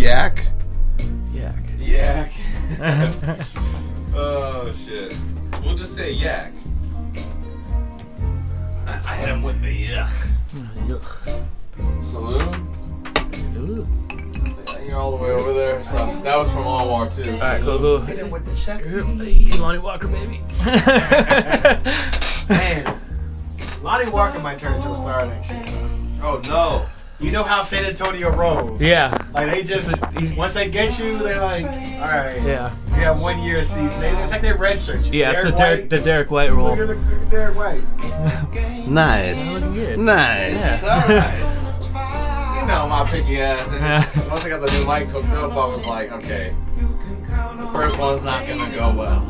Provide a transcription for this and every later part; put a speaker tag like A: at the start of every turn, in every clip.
A: Yak?
B: Yak.
C: Yak. oh shit. We'll just say yak. I, I hit him with the yak.
B: Yuck.
C: Saloon.
B: Ooh.
C: Yeah, You're all the way over there. So that was from Anwar too.
B: All right, go go.
D: Hit him with the check.
B: Hey, Lonnie Walker, baby.
D: Man, Lonnie Walker might turn into a star next year.
C: Oh no.
D: You know how San Antonio rolls.
B: yeah,
D: Like they just
B: He's-
D: once they get you, they're like, all right,
B: yeah,
D: we have one year of season. They, it's like they redshirt you.
B: yeah. It's the Derek,
D: Derek
B: the Derek White
D: White-
B: role.
D: Look at the look at Derek White.
A: Nice. Nice.
B: Yeah.
C: Alright. You know my picky ass. And it's- once I got the new mics hooked up, I was like, okay. The first one's not gonna go well.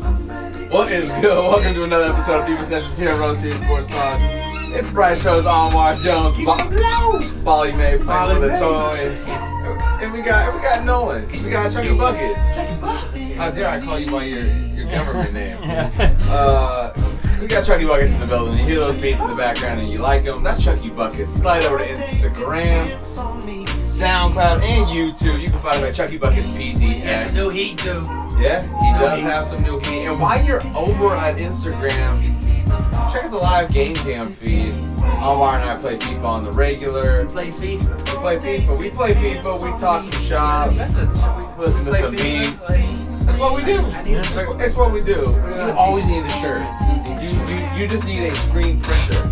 C: What is good? Welcome to another episode of Fever Sessions here at Road Series Sports Talk. It's Brian Chose, Anwar Jones, Bo- Bolly May playing
D: Bolly
C: with the
D: May.
C: toys. And we got and we got Nolan. We got Chucky Buckets. How dare I call you by your, your government name? Uh, we got Chucky Buckets in the building. You hear those beats in the background and you like them. That's Chucky Buckets. Slide over to Instagram, SoundCloud, and YouTube. You can find him at Chucky Buckets PDX.
D: heat too.
C: Yeah, he does have some new heat. And while you're over on Instagram, check out the live game cam feed. Omar and I play FIFA on the regular. We
D: Play FIFA.
C: play FIFA. We play FIFA. We talk some shop.
D: That's the
C: Listen to some beats. That's what we do. It's what- It's what we do. We don't always need a shirt. You, you, you just need a screen printer.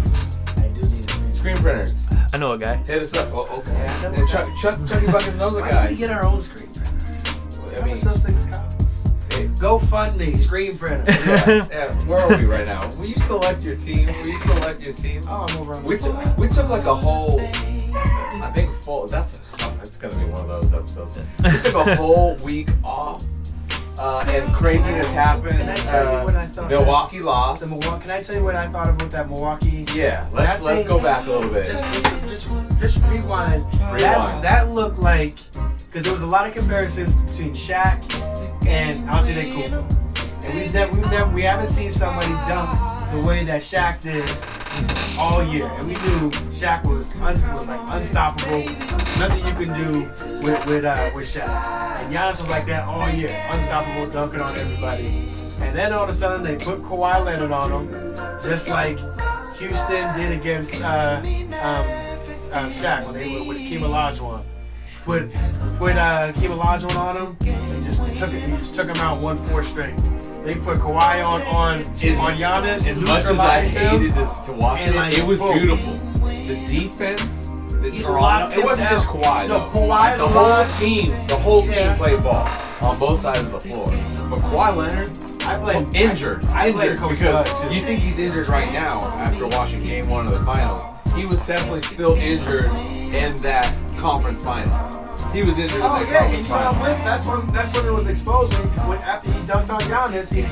D: I do need to
C: Screen printers.
B: I know a guy.
C: Hit us up. Oh, okay. And Chuck, Chuck, Chucky Buckets knows a
D: Why don't
C: guy.
D: we get our own screen printer?
C: I
D: How
C: mean,
D: much those things cost?
C: it-
D: GoFundMe screen printer.
C: yeah, yeah. Where are we right now? Will you select your team? Will you select your team?
D: oh, I'm over on
C: We took, we took like a whole, I think full. That's it's gonna be one of those episodes. We took a whole week off, uh, and craziness happened.
D: Can I tell you
C: Uh,
D: what I thought?
C: Milwaukee lost.
D: The Milwaukee. Can I tell you what I thought about that Milwaukee?
C: Yeah, let's
D: That
C: let's
D: thing-
C: go back a little bit.
D: Just, just, just, just rewind. That,
C: Rewind.
D: that looked like because there was a lot of comparisons between Shaq and Antetokounmpo, and we've never, we've never, we haven't seen somebody dunk the way that Shaq did all year, and we knew Shaq was un, was like unstoppable. Nothing you can do with with uh, with Shaq. And Giannis was like that all year, unstoppable, dunking on everybody. And then all of a sudden they put Kawhi Leonard on him, just like Houston did against uh, um, uh, Shaq when they were with Kima Olajuwon. Put put uh, Kima Olajuwon on him and just took it. He just took him out one four straight. They put Kawhi on on
C: As-
D: on Giannis.
C: as much as I
D: neutralized him.
C: hated this to watch
D: And
C: it,
D: like,
C: it was
D: boom.
C: beautiful. The defense, the
D: He
C: Toronto,
D: locked
C: it
D: him
C: wasn't just
D: down.
C: Kawhi.
D: No,
C: though.
D: Kawhi
C: the whole
D: locked-
C: team, the whole
D: Yeah.
C: team played ball on both sides of the floor. But Kawhi Leonard,
D: I blame
C: Oh, injured.
D: I, I blame
C: injured
D: Coach
C: because
D: Bud, too.
C: you think he's injured right now after watching Game One of the Finals. He was definitely still injured in that conference final. He was injured
D: Oh
C: in that
D: yeah, you
C: conference
D: saw him
C: final.
D: limp. That's when that's when it was exposed. When, when after he dunked on Giannis, he,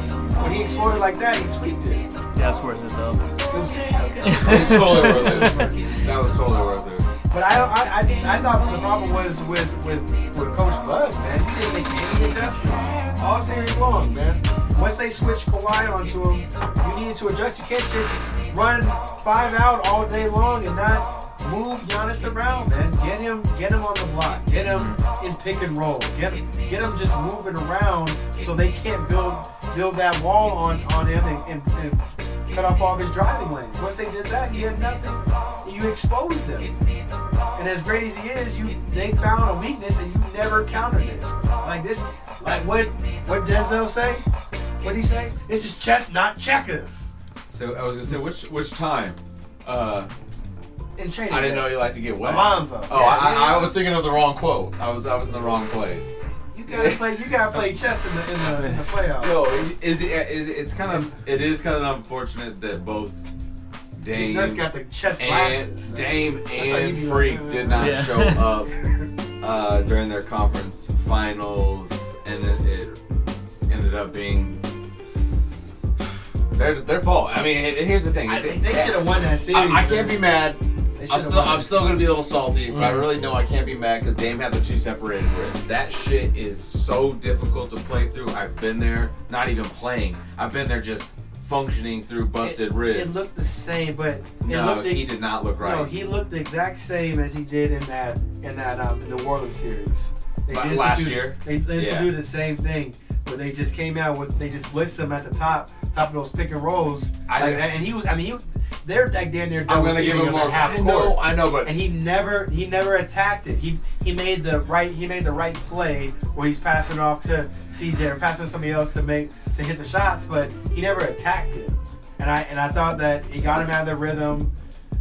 D: when he exploded like that, he tweaked it.
B: Yeah, that's worth it though.
D: It was-
C: It was totally worth it. That was totally worth it.
D: But I, I, I, I thought the problem was with, with, with Coach Bud, man. He didn't make any adjustments all series long, man. Once they switched Kawhi onto him, you need to adjust. You can't just run five out all day long and not move Giannis around, man. Get him, get him on the block. Get him in pick and roll. Get him, get him just moving around so they can't build build that wall on on him and, and, and cut off all of his driving lanes. Once they did that, he had nothing. You exposed them. And as great as he is, you they found a weakness and you never countered it. Like this, like what what Denzel say? What he say? This is chess, not checkers.
C: So I was gonna say which which time? Uh,
D: In training,
C: I didn't know you like to get wet.
D: Alonzo.
C: Oh, I, I, I was thinking of the wrong quote. I was I was in the wrong place.
D: You gotta play. You gotta play chess in the in the, in the playoffs.
C: Yo, is it is it, it's kind of it is kind of unfortunate that both Dame
D: Nurse got the chess glasses.
C: and Dame
D: how you
C: and
D: do it.
C: Freak did not
B: Yeah.
C: show up uh, during their conference finals, and it, it ended up being their their fault. I mean, it, here's the thing.
D: I
C: It-
D: think they should have won that series.
C: I, I can't be
D: man.
C: mad.
D: They
C: I'm
D: should've
C: still,
D: won.
C: I'm still gonna be a little salty, but I really know I can't be mad because Dame had the two separated ribs. That shit is so difficult to play through. I've been there, not even playing. I've been there just functioning through busted
D: it,
C: ribs.
D: It looked the same, but it
C: no,
D: looked
C: he did not look right.
D: No, he looked the exact same as he did in that in that um, in the New Orleans series. They
C: La-
D: instituted-
C: last year?
D: They, they
C: Yeah.
D: instituted the same thing, but they just came out with they just blitzed him at the top, top of those pick and rolls.
C: I-
D: Like, and and he was, I mean, he, they're like damn near
C: I'm
D: double
C: gonna give
D: teaming
C: him
D: at
C: more.
D: half
C: I
D: court.
C: know, I know, but
D: And he never he never attacked it. He he made the right he made the right play where he's passing off to CJ or passing somebody else to make to hit the shots, but he never attacked it. And I and I thought that it got him out of the rhythm.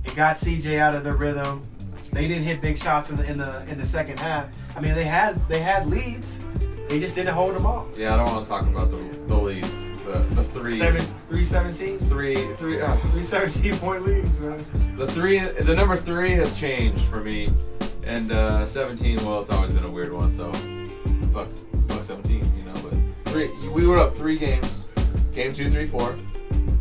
D: It got CJ out of the rhythm. They didn't hit big shots in the in the in the second half. I mean they had they had leads. They just didn't hold them off.
C: yeah, I don't want to talk about the, the leads, the, the three,
D: Seven three seventeen.
C: three, three, uh,
D: Three seventeen point leads, man.
C: the three, the number three has changed for me, and uh, 17. Well, it's always been a weird one, so fuck, fuck 17, you know. But three, we were up three games, game two, three, four,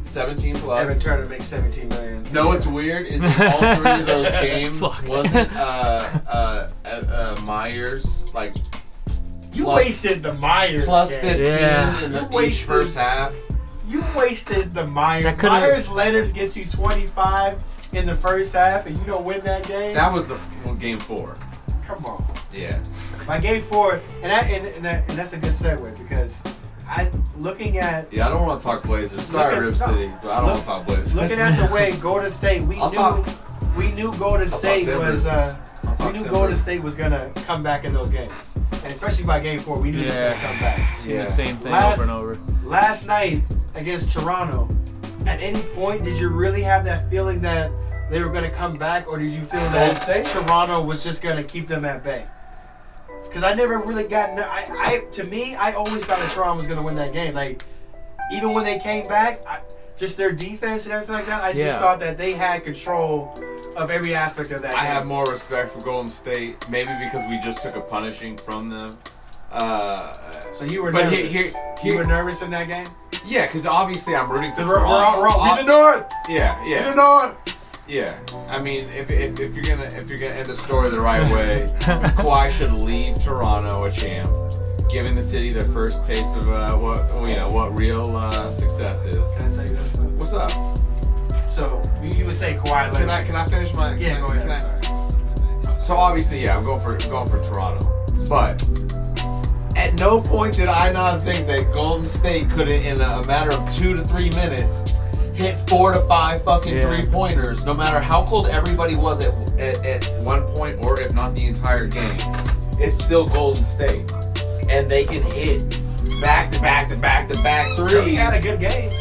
C: 17 plus.
D: Evan Turner makes seventeen million.
C: No, what's weird is in all three of those games
B: Fuck.
C: wasn't uh, uh, uh, uh, Myers like
D: You
C: Plus-
D: wasted the Myers.
C: plus
D: game.
C: fifteen
B: Yeah.
C: in
D: You
C: the each
D: wasted-
C: first half.
D: You wasted the Myers.
B: That could've-
D: Myers Leonard gets you 25 in the first half, and you don't win that game.
C: That was the well, game four.
D: Come on.
C: Yeah,
D: By game four, and that, and, and, that, and that's a good segue because I looking at
C: yeah. I don't want to talk Blazers. Sorry,
D: Look
C: Rip
D: at- no.
C: City, but I don't want to talk Blazers.
D: looking at the way Golden State, we
C: I'll
D: knew
C: talk-
D: we knew Golden
C: talk
D: State
C: Timbers.
D: was uh,
C: I'll talk
D: we knew
C: Timbers.
D: Golden State was gonna come back in those games, and especially by game four, we knew they was
B: Yeah.
D: gonna come back.
B: Seen
C: Yeah.
B: the same thing
D: Last-
B: over and over.
D: last night against Toronto, at any point did you really have that feeling that they were going to come back, or did you feel that
C: Golden State?
D: Toronto was just going to keep them at bay? Because I never really got. no- I, I to me, I always thought that Toronto was going to win that game. Like even when they came back, I, just their defense and everything like that. I just
B: Yeah.
D: thought that they had control of every aspect of that.
C: I
D: game.
C: have more respect for Golden State, maybe because we just took a punishing from them. Uh,
D: So you were
C: But
D: nervous.
C: here- here-
D: you
C: here-
D: were nervous in that game.
C: yeah, because obviously I'm rooting for
D: Because we're, we're, all- we're all we the North.
C: Yeah,
D: We
C: yeah.
D: the North.
C: Yeah, I mean, if, if, if you're gonna if you're gonna end the story the right way, Kawhi should leave Toronto a champ, giving the city their first taste of uh, what you know what real uh, success is.
D: Can I tell you this? man?
C: What's up?
D: So you, you would say Kawhi Leonard.
C: Can I can I finish my?
D: Yeah, go
C: can
D: ahead.
C: I-
D: Sorry.
C: so obviously, yeah, I'm going for going for Toronto, but at no point did I not think that Golden State couldn't, in a matter of two to three minutes, hit four to five fucking
B: Yeah.
C: three pointers. No matter how cold everybody was at, at at one point, or if not the entire game, it's still Golden State, and they can hit back to back to back to back
D: He
C: threes.
D: had a good game.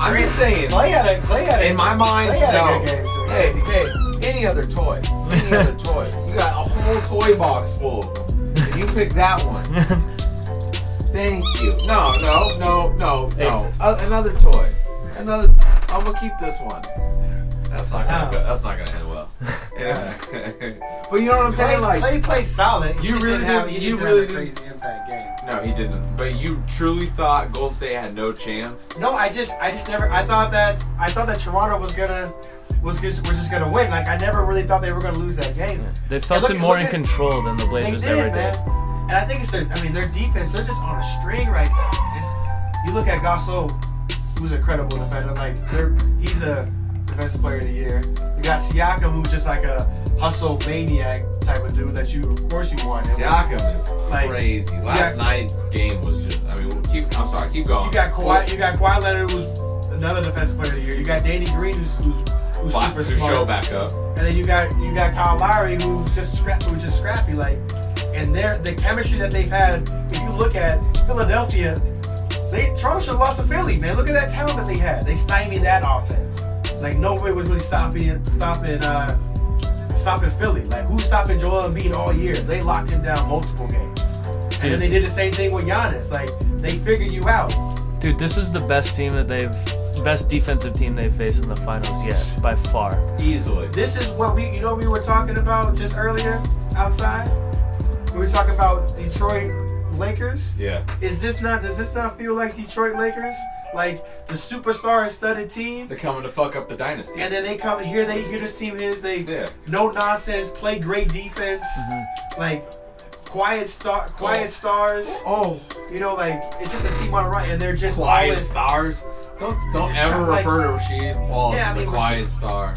C: I'm just saying.
D: Clay had a Clay had a
C: In my mind,
D: Clay had
C: no.
D: a good game. too.
C: Hey, hey, any other toy, any other toy. You got a whole toy box full of them. If you pick that one, thank you. No, no, no, no, no. Uh, another toy. Another. I'm gonna keep this one. That's not gonna. Go, that's not gonna end well. Yeah. but you know what I'm
D: Clay,
C: saying? Like,
D: Clay played solid.
C: You
D: He just
C: really
D: didn't have,
C: did-
D: he
C: you
D: just didn't
C: really
D: have a
C: did-
D: crazy impact game.
C: no, he didn't. But you truly thought Golden State had no chance.
D: No, I just I just never I thought that I thought that Toronto was gonna was just was just gonna win. Like I never really thought they were gonna lose that game.
B: They felt
D: look-
B: it more
D: look
B: in
D: at-
B: control than the
D: They
B: Blazers
D: did,
B: ever
D: man.
B: did.
D: And I think it's their I mean their defense. They're just on a string right now. It's, you look at Gasol, who's an incredible defender. Like they're he's a defensive player of the year. You got Siakam, who's just like a hustle maniac type of dude that you of course you want him.
C: Siakam is
D: Like,
C: crazy. Last night's game was just. I mean, we'll keep. I'm sorry. Keep going.
D: You got Kawhi. You got Kawhi Leonard, who's another defensive player of the year. You got Danny Green, who's who's, who's
C: Black-
D: super
C: to
D: smart.
C: show back up.
D: And then you got you got Kyle Lowry, who's just scrap, who's just scrappy. Like, and they're the chemistry that they've had. If you look at Philadelphia, they Toronto should have lost to Philly, man. Look at that talent that they had. They stymied that offense. Like nobody was really stopping stopping uh, stopping Philly. Like who's stopping Joel Embiid all year? They locked him down multiple games. And then they did the same thing with Giannis. Like they figured you out.
B: Dude, this is the best team that they've, best defensive team they've faced in the finals yet, by far.
C: Easily.
D: This is what we, you know, we were talking about just earlier outside. We were talking about Detroit Lakers.
C: Yeah.
D: Is this not? Does this not feel like Detroit Lakers? Like the superstar-studded team,
C: They're coming to fuck up the dynasty.
D: and then they come here. They here. This team is they
C: Yeah. Mm-hmm.
D: no nonsense, play great defense, like quiet star, quiet
C: Cool.
D: stars.
C: oh,
D: You know, like it's just a team on a run, and they're just all
C: quiet
D: in-
C: stars. Don't don't ever
D: Like-
C: refer to Rasheed Wallace
D: Yeah, I
C: as
D: mean,
C: a quiet star.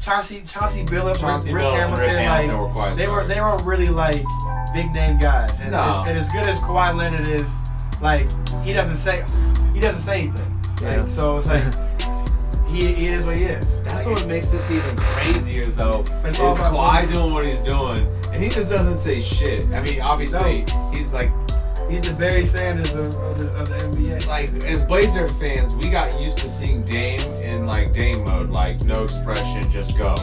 D: Chauncey, Chauncey Billups,
C: Chauncey
D: Rick,
C: Billups
D: Rick
C: and Rick
D: Hamilton,
C: Hamilton
D: like
C: were quiet
D: they were,
C: stars.
D: they were really like big name guys. And,
C: No.
D: as, and as good as Kawhi Leonard is, like he doesn't say he doesn't say anything. Like,
B: Yeah.
D: So it's like he, he is what he is.
C: That's
D: Like,
C: what makes this even crazier, though.
D: It's
C: Is
D: all about
C: Kawhi
D: wins.
C: doing what he's doing, and he just doesn't say shit. I mean, obviously, he's like,
D: he's the Barry Sanders of, of, this, of the NBA.
C: like as Blazer fans, we got used to seeing Dame in like Dame mode, like no expression, just go.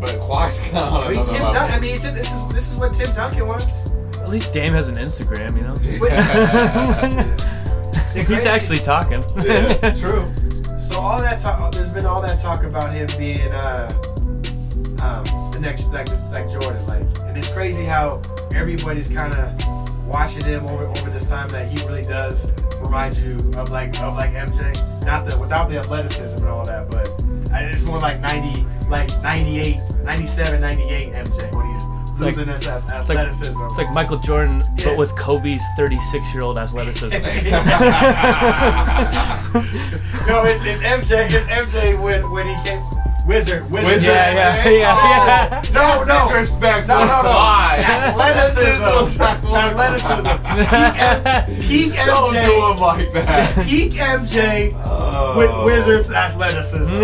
C: But Kawhi's kind of on
D: But
C: another
D: he's Tim
C: level.
D: Duncan. I mean, it's just, this is this is what Tim Duncan wants.
B: At least Dame has an Instagram, you know.
D: The
B: He's
D: crazy-
B: actually talking.
C: Yeah,
D: True. So all that talk, there's been all that talk about him being uh, um, the next like like Jordan, like, and it's crazy how everybody's kind of watching him over over this time that he really does remind you of like of like MJ, not the without the athleticism and all that, but I- it's more like 90, like 98, 97, 98 MJ when he's
B: like-
D: losing his ath-
B: It's like,
D: athleticism.
B: it's like Michael Jordan,
D: Yeah.
B: but with Kobe's 36 year old athleticism.
D: no, it's, it's MJ. It's MJ when when he came wizard wizard.
C: Wizard,
B: Yeah, yeah,
C: man.
B: yeah, yeah.
D: No,
C: Oh, No,
D: no,
C: disrespect.
D: no, no, no.
C: Why?
D: Athleticism. Athleticism. Peak, M- peak
C: Don't do him
D: MJ.
C: like that.
D: Peak MJ
C: Oh.
D: with wizards athleticism.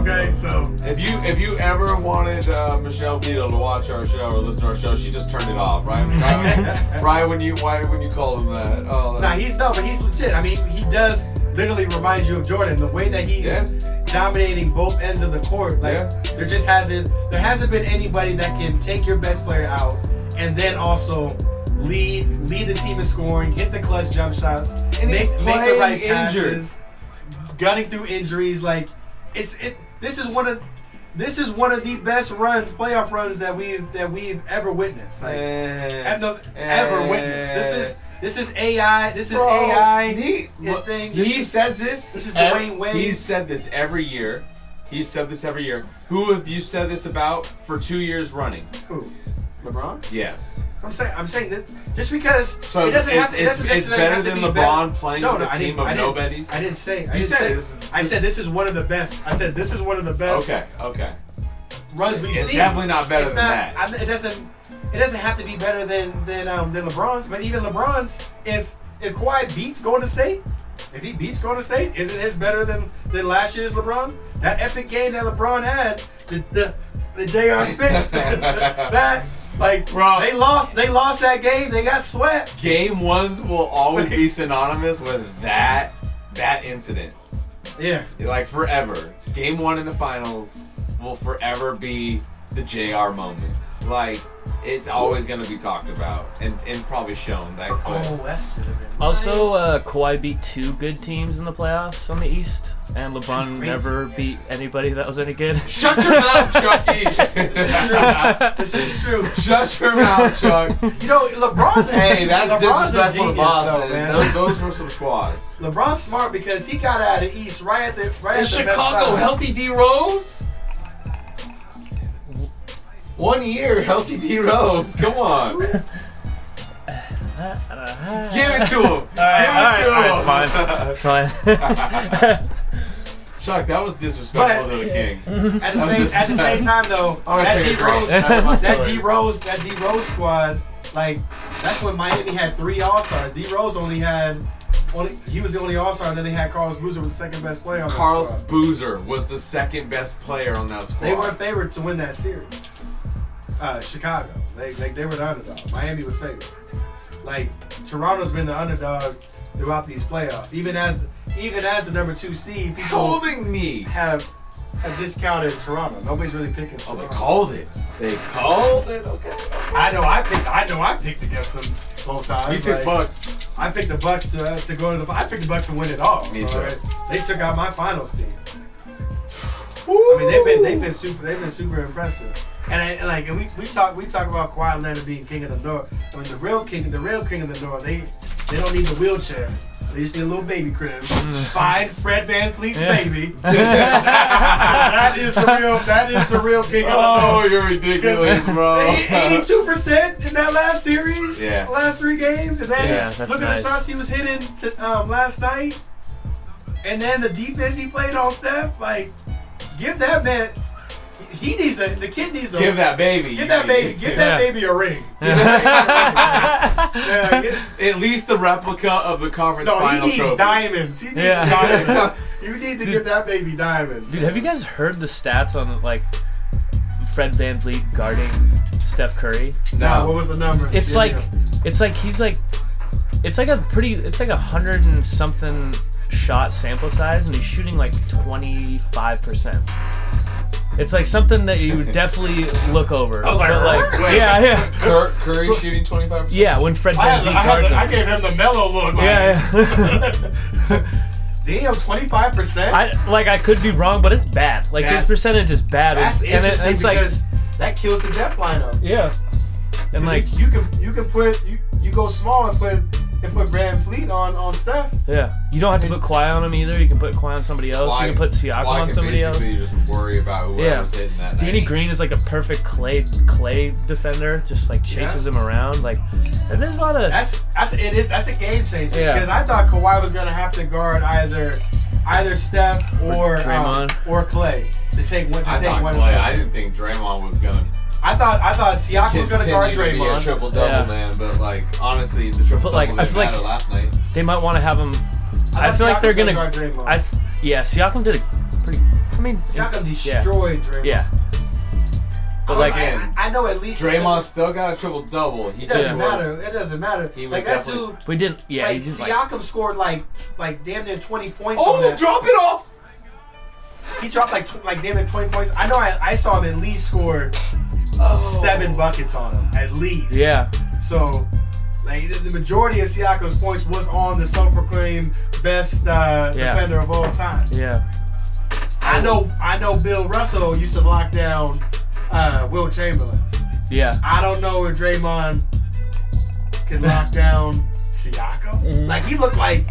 D: Okay, so
C: If you if you ever wanted uh, Michelle Beadle to watch our show or listen to our show, she just turned it off, right? Right, right when you why when you called him that? Oh,
D: now
C: that-
D: he's no, but he's legit. I mean, he does literally remind you of Jordan. The way that he's
C: Yeah.
D: dominating both ends of the court, like
C: Yeah.
D: there just hasn't there hasn't been anybody that can take your best player out and then also lead lead the team in scoring, hit the clutch jump shots,
C: And he's
D: make, make the
C: playing
D: right
C: injured.
D: passes, gunning through injuries. Like it's it. This is one of this is one of the best runs, playoff runs that we've that we've ever witnessed. Like,
C: and
D: have the ever witnessed. This is this is AI. This is
C: Bro,
D: AI.
C: He,
D: This
C: look,
D: thing-
C: he
D: this is-
C: says this.
D: this is
C: ev-
D: Dwayne Wade.
C: He said this every year. He said this every year. Who have you said this about for two years running?
D: Who? LeBron.
C: Yes.
D: I'm saying I'm saying this just because
C: So
D: it doesn't
C: it-
D: have to. It
C: it's-
D: doesn't
C: it's
D: necessarily
C: better
D: have to
C: than
D: be
C: LeBron
D: better.
C: playing
D: no,
C: with
D: no,
C: a
D: I
C: team
D: didn't-
C: of
D: I didn't-
C: nobodies?
D: I didn't say. I
C: You
D: didn't
C: said
D: say.
C: this-
D: I said this is one of the best. I said this is one of the best
C: Okay. Okay.
D: runs we've
C: It's
D: seen.
C: definitely not better
D: It's
C: than
D: not-
C: that.
D: I'm- it doesn't. It doesn't have to be better than than um, than LeBron's. But even LeBron's, if if Kawhi beats Golden State, if he beats Golden State, isn't his better than than last year's LeBron? That epic game that LeBron had, the the, the J.R. Smith, that like
C: Bro.
D: they lost they lost that game. They got swept.
C: Game ones will always be synonymous with that that incident.
D: Yeah.
C: Like forever. Game one in the finals will forever be the JR moment. Like it's always gonna be taled about and, and probably shown that clip.
D: West.
B: also, uh, Kawhi beat two good teams in the playoffs on the East, and LeBron never beat anybody that was any good.
C: Shut your mouth, Chucky!
D: This is true.
C: Shut your mouth, Chuck.
D: You know, LeBron's
C: Hey, that's
D: LeBron's a
C: disrespectful to
D: genius,
C: Boston.
D: though, man.
C: Those, those were some squads.
D: LeBron's smart because he got out of East right at the right
C: Is
D: at the best
C: Chicago
D: time.
C: healthy D Rose? One year, healthy D Rose. Come on, give it to him. give it to him.
B: fine, fine.
C: Chuck, that was disrespectful
D: But-
C: to the king.
D: At the
C: I'm
D: same
C: just-
D: at the same time though,
C: I'm gonna
D: that
C: take
D: D
C: a break.
D: Rose that
C: That
D: D Rose that D Rose squad, like that's when Miami had three All Stars. D Rose only had only he was the only All Star, and then they had Carlos Boozer was the second best player on that
C: Carl
D: squad.
C: Boozer was the second best player on that squad.
D: They were favored to win that series. Uh, Chicago, they like they were the underdog. Miami was favored. Like Toronto's been the underdog throughout these playoffs, even as even as the number two seed, people
C: holding me.
D: have have discounted Toronto. Nobody's really picking.
C: Oh, they
D: Toronto.
C: called it. They called it. Okay.
D: I know I picked. I know I picked against them both times.
C: You picked
D: Like,
C: Bucks.
D: I picked the Bucks to, uh, to go to the. I picked the Bucks to win it all.
C: Me
D: so
C: too.
D: it- They took out my finals team. I mean, they've been they've been super they've been super impressive. And, I, and like and we, we talk we talk about Kawhi Leonard being king of the north. I mean, the real king the real king of the north. They they don't need the wheelchair. They just need a little baby crib.
C: Mm.
D: Fine, Fred Van Fleet's
B: Yeah.
D: baby. that is the real that is the real king of the north.
C: Oh, you're ridiculous, bro.
D: Eighty-two percent in that last series,
C: Yeah.
D: last three games, and then
B: Yeah, that's
D: look at
B: nice.
D: the shots he was hitting to, um, last night, and then the defense he played on Steph. Like, give that man. he needs a the kid needs a
C: Give that baby.
D: give that baby give that
B: Yeah.
D: baby a ring. Give that baby a ring. yeah, get-
C: At least the replica of the conference
D: no, he
C: final
D: needs
C: trophy.
D: diamonds. He needs
B: Yeah.
D: diamonds. you need to give that baby diamonds.
B: Dude, have you guys heard the stats on like Fred Van Vliet guarding Steph Curry?
D: Nah, what was the number?
B: It's
D: Yeah,
B: like
D: yeah.
B: it's like he's like it's like a pretty it's like a hundred and something shot sample size and he's shooting like twenty five percent. It's like something that you would definitely look over. I
D: was like,
C: wait.
B: yeah, yeah.
E: Cur- Curry shooting 25%?
B: Yeah, when Fred
D: I,
B: Van
D: had, I,
B: Vliet
D: had,
B: guards
D: I
B: him.
D: gave him the mellow look. Like,
B: Yeah, yeah.
D: Damn, twenty five percent.
B: I like I could be wrong, but it's bad. Like his
C: That's-
B: percentage is bad.
D: That's
B: and, and it-
D: interesting
B: it's like
D: because that kills the depth lineup.
B: yeah. And like
D: Like you can you can put you, you go small and put and put Brand Fleet on on Steph.
B: Yeah. You don't have to put Kawhi on him either. You can put Kawhi on somebody else. you can put Siakam
C: why
B: on
C: can
B: somebody else.
C: basically just worry about
B: Yeah.
C: whoever's hitting that
B: Danny
C: night.
B: Green is like a perfect clay clay defender, just like chases him around. Like and there's a lot of
D: That's that's it is that's a game changer
B: Yeah.
D: because I thought Kawhi was gonna have to guard either either Steph or um,
B: Draymond.
D: or Clay to take one to
C: I
D: take
C: thought
D: one.
C: Clay,
D: of those.
C: I didn't think Draymond was gonna
D: I thought I thought Siakam was gonna guard
C: continue to be a
D: Draymond.
C: triple double
B: Yeah.
C: man, but like honestly, the triple
B: like,
C: double
B: I
C: didn't
B: feel like-
C: matter last night.
B: they might want to have him I,
D: thought
B: feel like they're
D: Siakam was
B: gonna
D: guard Draymond.
B: I th- yeah, Siakam did a pretty I mean
D: Siakam Oh, destroyed Draymond.
B: Yeah. But like
D: I,
C: Again,
D: I know at least
C: Draymond still got a triple double. He
D: It
C: just
D: doesn't
C: was.
D: matter. It doesn't matter.
C: He was
D: like that
C: definitely-
D: dude.
B: we didn't yeah, he
D: like
B: just,
D: Siakam scored like like damn near twenty points. on
C: Oh,
D: that.
C: drop it off.
D: he dropped like tw- like damn near twenty points. I know I, I saw him at least score seven buckets on him at least.
B: Oh. yeah.
D: So, like the, the majority of Siakam's points was on the self-proclaimed best uh,
B: Yeah.
D: defender of all time.
B: Yeah.
D: I know, I know. Bill Russell used to lock down uh, Will Chamberlain.
B: Yeah.
D: I don't know if Draymond could lock down Siakam.
B: Mm-hmm.
D: Like he looked like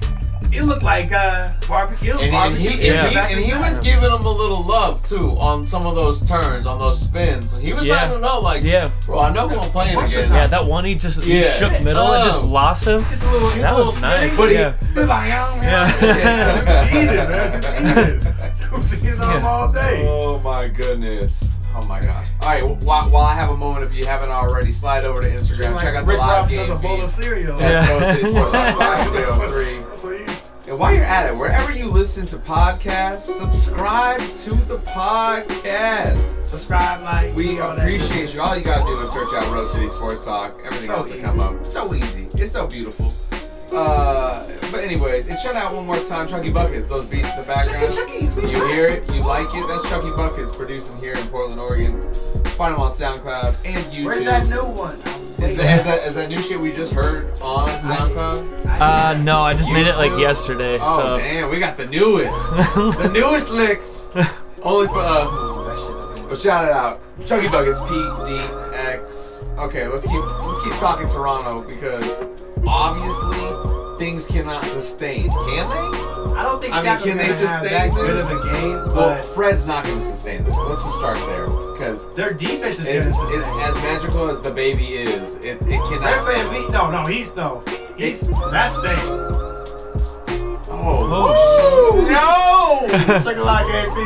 D: it looked like uh, barbecue.
E: And, and
D: barbecue
E: he, and,
D: chicken
E: he,
D: back
E: and
D: in
E: he
D: the
E: was
D: time.
E: giving him a little love too on some of those turns, on those spins. He was
B: Yeah.
E: letting him know, like,
B: Yeah.
E: bro, I know who I'm playing
D: Watch
E: against.
D: your
B: Yeah, that one he just he
E: Yeah.
B: shook middle and just
E: Oh.
B: lost him.
D: Get the little,
B: That
D: get the little
B: was nice,
D: snake.
B: but he-
D: Yeah. He's like, "Oh,
B: Yeah.
D: man." Eat it, man. Just Eat it. He was eating on him
B: Yeah.
D: all day.
C: Oh my goodness. Oh my gosh. All right. wh- While, while I have a moment, if you haven't already, slide over to Instagram.
D: Like
C: Check out the
D: Rick
C: live
D: Ross does a
C: game
D: bowl of
C: feed.
D: cereal.
B: Yeah.
C: That's 06 Sports Live
D: That's
C: 503.
D: what he-
C: oh, And while you're at it, wherever you listen to podcasts, subscribe to the podcast.
D: Subscribe, like.
C: We
D: all that.
C: appreciate you. All you gotta do is search out Road City Sports Talk. Everything
D: So
C: else will
D: easy.
C: come up. So easy. It's so beautiful. Uh, but anyways, and shout out one more time, Chucky Buckets. Those beats in the
D: E.
C: background.
D: Chucky, Chucky.
C: You hear it, you like it. That's Chucky Buckets producing here in Portland, Oregon. Find him on SoundCloud and YouTube.
D: Where's that new one?
C: Is that, is that, is that new shit we just heard on SoundCloud?
B: Uh no, I just made it like
C: YouTube?
B: yesterday.
C: Oh
B: so
C: damn, we got the newest,
D: Oh,
C: the newest licks, only for us. But shout it out, Chucky Buckets, PDX. Okay, let's keep let's keep talking Toronto because obviously things cannot sustain, can they?
D: I don't think
C: I mean,
D: Shaq's
C: can they
D: gonna have
C: sustain
D: that
C: it?
D: good of a game,
C: Well,
D: but
C: Fred's not going to sustain this. Let's just start there because
D: their defense is
C: it's,
D: going to
C: it's
D: sustain.
C: as magical as the baby is. It, it
D: Fred
C: cannot.
D: VanVleet- no, no, he's no. He's that's thing.
C: Oh,
B: Oh,
C: no!
D: Check a lot of AP.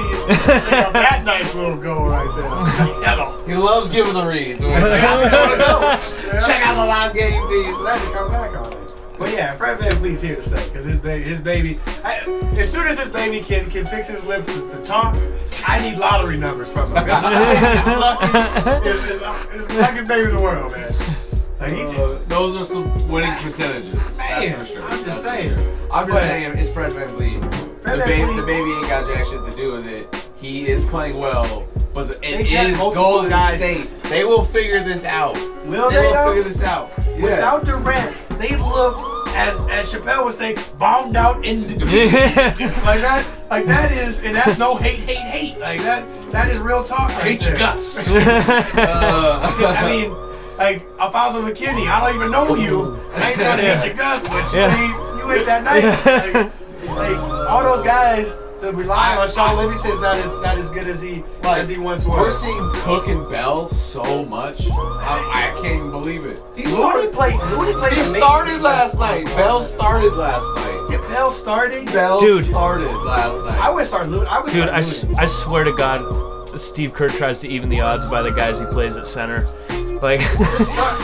D: Check out that nice little goal right there. That'll-
E: He loves giving the reads.
D: yeah.
C: Check out the live game feed.
D: glad to come back on it. But yeah, Fred Van Fleet's here to stay because his baby, his baby, I, as soon as his baby can can fix his lips to, to talk, I need lottery numbers from him. It's the luckiest baby in the world, man. Like he just,
C: Uh, those are some winning percentages.
D: Man,
C: that's for sure.
D: I'm just
C: That's for
D: saying.
C: sure. I'm just
D: But-
C: saying, it's Fred Van Vliet.
D: Fred
C: the,
D: VanVleet-
C: ba- the baby ain't got jack shit to do with it. He is playing well, but the,
D: They
C: it
D: got
C: is
D: multiple
C: Golden
D: guys.
C: State. They will figure this out.
D: Will
C: they
D: they
C: will
D: though?
C: figure this out. Yeah.
D: without Durant, they look as as Chappelle would say, bombed out in the like that. Like that is, and that's no hate, hate, hate. Like that, that is real talk. Right
C: hate
D: there.
C: your guts.
D: I mean, like Alfonso McKinney, I don't even know you. and I ain't trying to hit your guts, but you,
B: Yeah.
D: ain't, you ain't that nice. Like, like, all those guys that rely on Sean Livingston is not as not as good as he
C: Like,
D: as he once
C: We're
D: was.
C: seeing Uh, Cook and Bell so much. I, I can't even believe it. He
D: Looney
C: started.
D: played. Looney played.
E: He
D: amazing
E: started
D: defense.
E: last night. Bell started last night.
D: Yeah, Bell starting.
C: Bell
B: Dude.
C: started last night.
D: I would start. Lo- I would
B: Dude,
D: start
B: I, s-
D: Looney.
B: I swear to God, Steve Kerr tries to even the odds by the guys he plays at center. Like,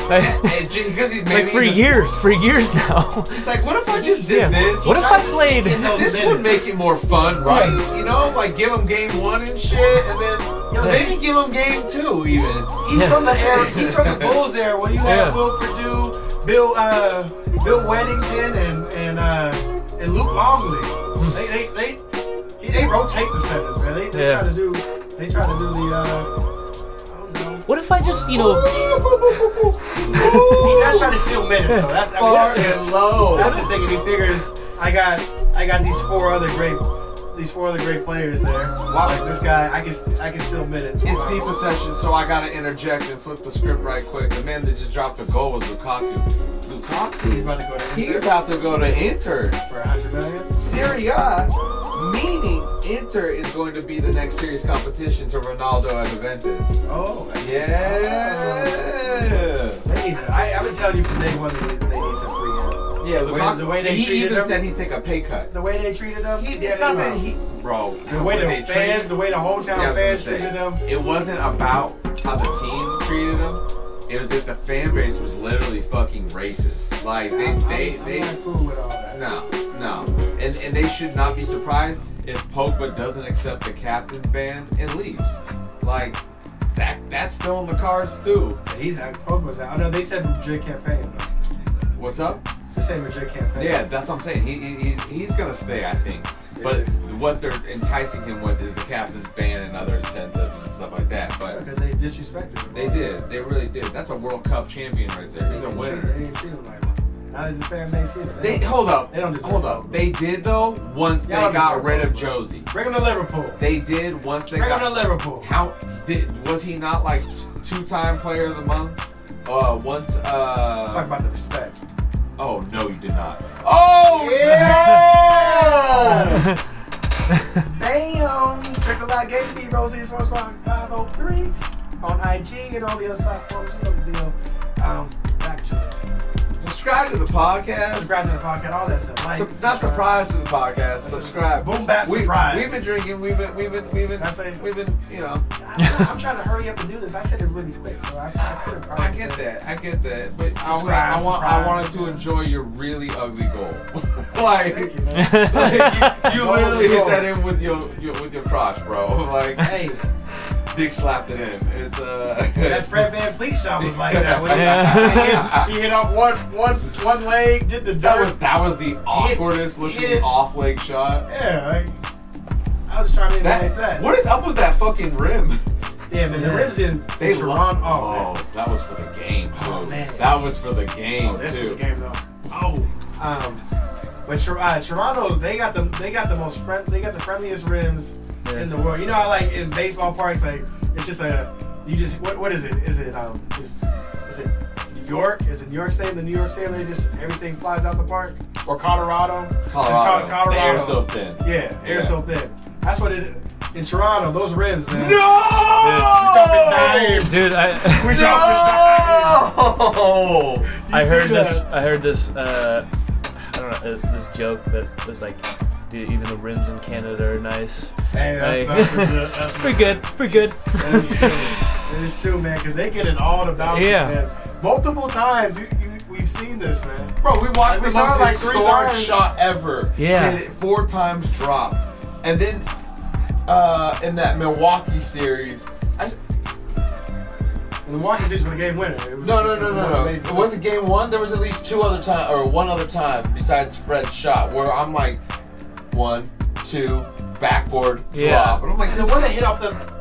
B: like,
C: Hey, Jim, because he
B: like
C: maybe
B: for
C: he's a-
B: years, for years now.
C: He's like, what if I just did
B: Yeah.
C: this?
B: What if I played?
C: This would make it more fun, right? You know, like give him game one and shit, and then you know, maybe give him game two even.
D: He's from the era. He's from the Bulls era when you
B: Yeah.
D: had Will Purdue, Bill, uh, Bill Weddington, and and uh, and Luke Longley. They they they they, they rotate the centers, man. They, they
B: Yeah.
D: try to do they try to do the. Uh, I don't know.
B: What if I just, you know,
D: he not trying to steal minutes though. That's, I mean,
C: Far
D: that's his-
C: and low.
D: That's his thing, and he figures I got I got these four other great these four other great players there.
C: Wow.
D: Like this guy, I can I can still minutes.
C: It's FIFA session, so I gotta interject and flip the script right quick. The man that just dropped the goal was Lukaku. Lukaku.
D: He's about to go to
C: He's
D: Inter
C: about to go to Inter.
D: for 100 million.
C: Serie A, meaning Inter is going to be the next serious competition to Ronaldo and Juventus.
D: Oh, that's-
C: Yeah.
D: They need to, I, I've been telling you from day one that they they need to free him.
C: Yeah,
D: The way-
C: Lukaku.
D: the way they
C: he
D: treated
C: even
D: him-
C: said he'd take a pay cut.
D: The way they treated him,
C: He
D: yeah,
C: did something.
D: wrong.
C: He, bro,
D: the way the fans, the way the whole town
C: yeah, I was
D: fans
C: gonna say,
D: treated him.
C: It wasn't about how the team treated him. It was that the fan base was literally fucking racist. Like
D: I'm-
C: they,
D: I'm,
C: they,
D: I'm
C: they
D: not cool with all that.
C: no, no, and and they should not be surprised if Pogba doesn't accept the captain's band and leaves. Like that, that's still in the cards too.
D: He's out. Pogba's out. Oh no, they said Madrid can't pay him. though.
C: What's up?
D: They said Madrid can't pay
C: Yeah,
D: him.
C: that's what I'm saying. He, he he's, he's gonna stay, I think. But what they're enticing him with is the captain's band and other incentives and stuff like that. But
D: because they disrespected him.
C: They did. They really did. That's a World Cup champion right there. He's a
D: didn't treat- They
C: winner.
D: didn't treat him like one. Now that the fan base here.
C: They hold up.
D: They don't deserve
C: hold
D: it.
C: up. They did though once they
D: Y'all
C: got
D: deserve
C: rid
D: it.
C: of Josie.
D: Bring him to Liverpool.
C: They did once they
D: Bring him to
C: got
D: Liverpool.
C: how did was he not like two time player of the month? Uh, once
D: Talk
C: uh
D: about the respect.
C: oh no you did not. Oh yeah!
D: Yeah! Damn! um, Triple I Gates, B Rosie, it's 503 oh, on IG and all the other platforms. You know the deal. Um, back to it.
C: subscribe to the podcast.
D: Subscribe to the podcast, all that stuff. Like, uh,
C: Sup- not surprised to the podcast. Subscribe.
D: Boom, bat,
C: we,
D: surprise.
C: We've been drinking. We've been. We've been. We've been.
D: That's it.
C: We've been. You know.
D: I'm, I'm trying to hurry up and do this. I said it really quick, so I, I could have probably
C: I get
D: said-
C: that. I get that. But I, want,
D: Subscribe,
C: I, want, I
D: surprise.
C: wanted to enjoy your really ugly goal. like,
D: Thank you, man.
C: like, you, you
D: Goal
C: literally
D: is
C: hit
D: goal.
C: that in with your, your with your crotch, bro. Like,
D: hey,
C: dick slapped it in. It's uh.
D: that Fred Van Fleet shot was like that. wasn't it?
C: Yeah.
D: he, hit, he hit off one, one, one leg, did the
C: that
D: dirt.
C: was that was the awkwardest
D: hit-
C: looking off leg shot.
D: Yeah, like, I was trying to
C: That,
D: invite that.
C: what is up with that fucking rim?
D: Yeah, man, the ribs in
C: They love-
D: Toronto. Oh,
C: oh, that was for the game.
D: Oh,
C: too.
D: man.
C: That was Oh, for the game
D: man. That's a
C: too.
D: good game though. Oh, um, but Tor- uh, Toronto's they got the they got the most friend they got the friendliest rims in the world. You know, how, like in baseball parks, like it's just a you just what what is it? Is it um is, is it New York? Is it New York State? The New York State, they just everything flies out the park. Or Colorado? It's called
C: Colorado.
D: Colorado.
C: The air's so thin.
D: Yeah, air
C: Yeah.
D: so thin. That's what it in Toronto. Those rims, man.
C: No!
D: Dimes.
B: dude, I.
D: We
C: No!
B: I
D: see
B: heard
D: the-
B: this. I heard this. Uh, I don't know uh, this joke that was like, dude, even the rims in Canada are nice.
D: Hey,
B: Like-
D: that's, that's, legit. that's
B: Pretty good. Pretty good.
D: It's true. It's true, man, because they get in all the bounces,
B: Yeah.
D: man. Multiple times, you, you, we've seen this, man.
C: Bro, we watched
D: We
C: the
D: saw
C: most
D: it like three
C: historic
D: times.
C: shot ever.
B: Yeah.
C: Did it four times drop. And then uh, in that Milwaukee series, I s
D: And the Milwaukee Six for the game winner. It was,
E: No, no,
D: it
E: no,
D: was
E: no,
D: most
E: no.
D: amazing.
E: It wasn't game one. There was at least two other time or one other time besides Fred's shot where I'm like, one, two, backboard
B: Yeah.
E: drop, and I'm like,
D: The
E: this
D: one that hit off the.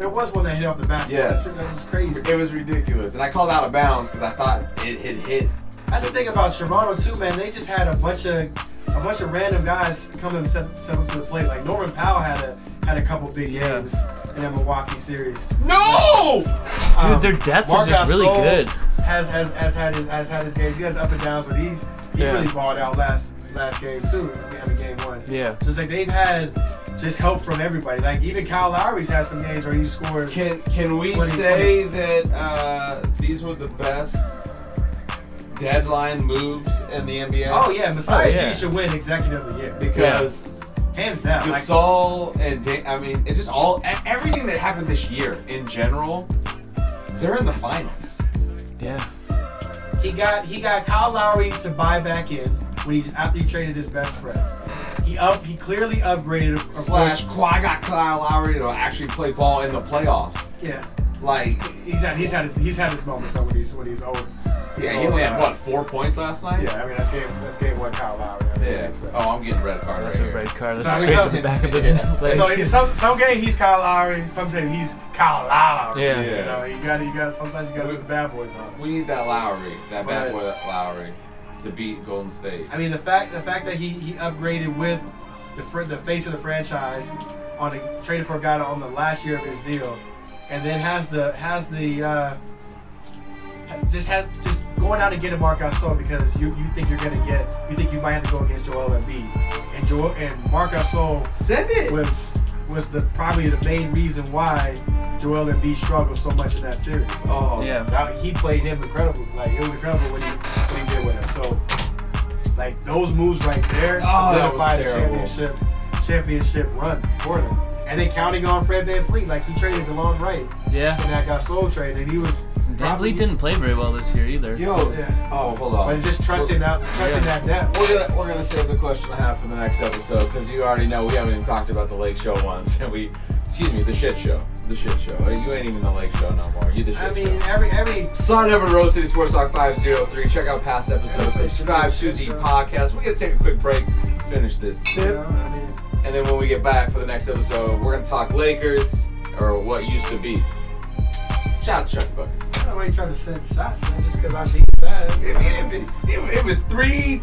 D: There was one that hit off the back.
C: Yes.
D: That was crazy.
C: it was ridiculous. And I called out of bounds because I thought it had hit.
D: That's the thing about Toronto too, man. They just had a bunch of a bunch of random guys come and step, step up to the plate. Like Norman Powell had a had a couple big games in that Milwaukee series.
C: No!
D: Um,
B: Dude, their depth
D: Marc
B: is just really
D: Gasol
B: good.
D: Has has has had his has had his games. He has up and downs, but he's he
B: Yeah.
D: really balled out last last game too. I mean, game one.
B: Yeah.
D: So it's like they've had just help from everybody. Like even Kyle Lowry's had some games where he scored.
C: Can can we
D: 20,
C: say that uh, these were the best deadline moves in the NBA?
D: Oh yeah, Messiah
B: Oh, yeah.
D: G should win Executive of the Year.
C: Because
D: hands down. Like,
C: Gasol and Dan, I mean, it just all e- everything that happened this year in general, they're in the finals.
B: Yeah.
D: he got he got Kyle Lowry to buy back in when he's after he traded his best friend. He up he clearly upgraded. Of course-
C: Slash, Kawhi I got Kyle Lowry to actually play ball in the playoffs.
D: Yeah.
C: Like,
D: He's had he's had his he's had his moments though, when he's when he's old.
C: yeah,
D: So,
C: he only had
D: uh,
C: what four points last night.
D: Yeah, I mean that's game that's game one Kyle Lowry. I mean,
C: Yeah.
D: that's-
C: Oh, I'm getting red card
B: That's
C: right
B: a
C: here.
B: red card. That's
D: Sorry,
B: straight to
D: sorry.
B: the back of the legs.
D: So in some some game he's Kyle Lowry, sometimes he's Kyle Lowry.
B: Yeah.
D: You know, you got you got sometimes you got to put the bad boys on.
C: We need that Lowry, that bad
D: Right.
C: boy Lowry, to beat Golden State.
D: I mean the fact the fact that he he upgraded with the fr- the face of the franchise on a traded for a guy on the last year of his deal, and then has the has the uh, just had just going out and getting Mark Gasol because you you think you're gonna get you think you might have to go against Joel Embiid and Joel and Mark Gasol
C: Send it.
D: was was the probably the main reason why Joel Embiid struggled so much in that series.
C: Oh,
B: Yeah.
D: Now, he played him incredible. Like it was incredible what he, what he did with him. So like those moves right there
C: Oh, that was
D: solidified the
C: terrible.
D: championship championship run for them. And then counting on Fred Van Fleet, like he traded DeLon Wright
B: Yeah.
D: and that got soul traded. He was
B: Van
D: probably-
B: Vliet didn't play very well this year either.
C: Yo.
D: Yeah.
C: Oh, hold on.
D: But just trusting that trusting that depth.
C: We're gonna we're gonna save the question I have for the next episode because you already know we haven't even talked about the lake show once, and we, excuse me, the shit show, the shit show. Uh, You ain't even the lake show no more. You the shit
D: I mean uh,
C: show.
D: every every
C: Son of a Rose City Sports Talk 503. Check out past episodes. Subscribe to the podcast. We're gonna take a quick break, finish this
D: you
C: sip,
D: know, I mean
C: and then when we get back for the next episode, we're gonna talk Lakers or what used to be. Shout out to Chuck Buckets.
D: I don't know why you trying to send shots man, just because I beat his ass.
C: It, it, it, it was three.